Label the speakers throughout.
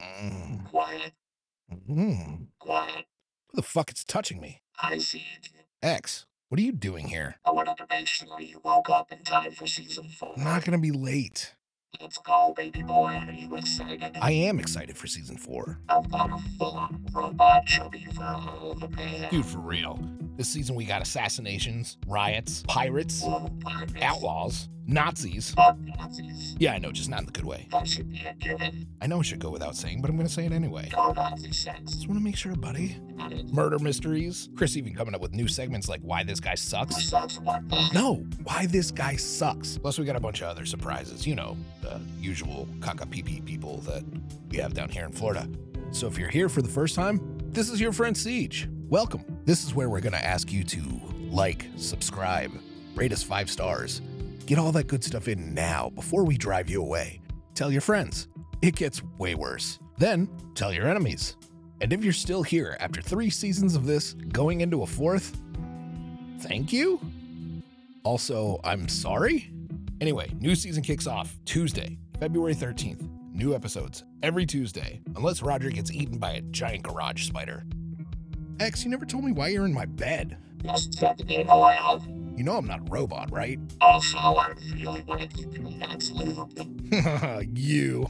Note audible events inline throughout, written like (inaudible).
Speaker 1: Mm,
Speaker 2: Quiet,
Speaker 1: mm.
Speaker 2: quiet.
Speaker 1: Who the fuck is touching me?
Speaker 2: I see it.
Speaker 1: X, what are you doing here?
Speaker 2: I wanted to make sure you woke up in time for season four.
Speaker 1: I'm not gonna be late.
Speaker 2: Let's go, baby boy. Are you excited?
Speaker 1: I am excited for season four.
Speaker 2: I've got a full-on robot chubby for all the man.
Speaker 1: Dude, for real. This season we got assassinations, riots, pirates,
Speaker 2: Whoa, pirates.
Speaker 1: outlaws, Nazis.
Speaker 2: Fuck Nazis.
Speaker 1: Yeah, I know, just not in the good way.
Speaker 2: That should be a given.
Speaker 1: I know it should go without saying, but I'm gonna say it anyway.
Speaker 2: No Nazi sex.
Speaker 1: Just wanna make sure, buddy.
Speaker 2: Not it.
Speaker 1: Murder mysteries. Chris even coming up with new segments like Why This Guy Sucks.
Speaker 2: Sex uh, what the?
Speaker 1: No, why this guy sucks. Plus, we got a bunch of other surprises. You know, the usual caca pee pee people that we have down here in Florida. So, if you're here for the first time, this is your friend Siege. Welcome. This is where we're going to ask you to like, subscribe, rate us five stars. Get all that good stuff in now before we drive you away. Tell your friends. It gets way worse. Then tell your enemies. And if you're still here after three seasons of this, going into a fourth, thank you. Also, I'm sorry? Anyway, new season kicks off Tuesday, February 13th. New episodes every Tuesday, unless Roger gets eaten by a giant garage spider. X, you never told me why you're in my bed.
Speaker 2: Just definitely allowed.
Speaker 1: You know I'm not a robot, right? (laughs)
Speaker 2: Also, I really want to keep you nuts lubed.
Speaker 1: you.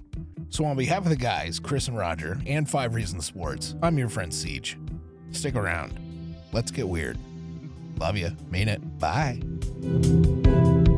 Speaker 1: So, on behalf of the guys, Chris and Roger, and Five Reasons Sports, I'm your friend Siege. Stick around. Let's get weird. Love you. Mean it. Bye.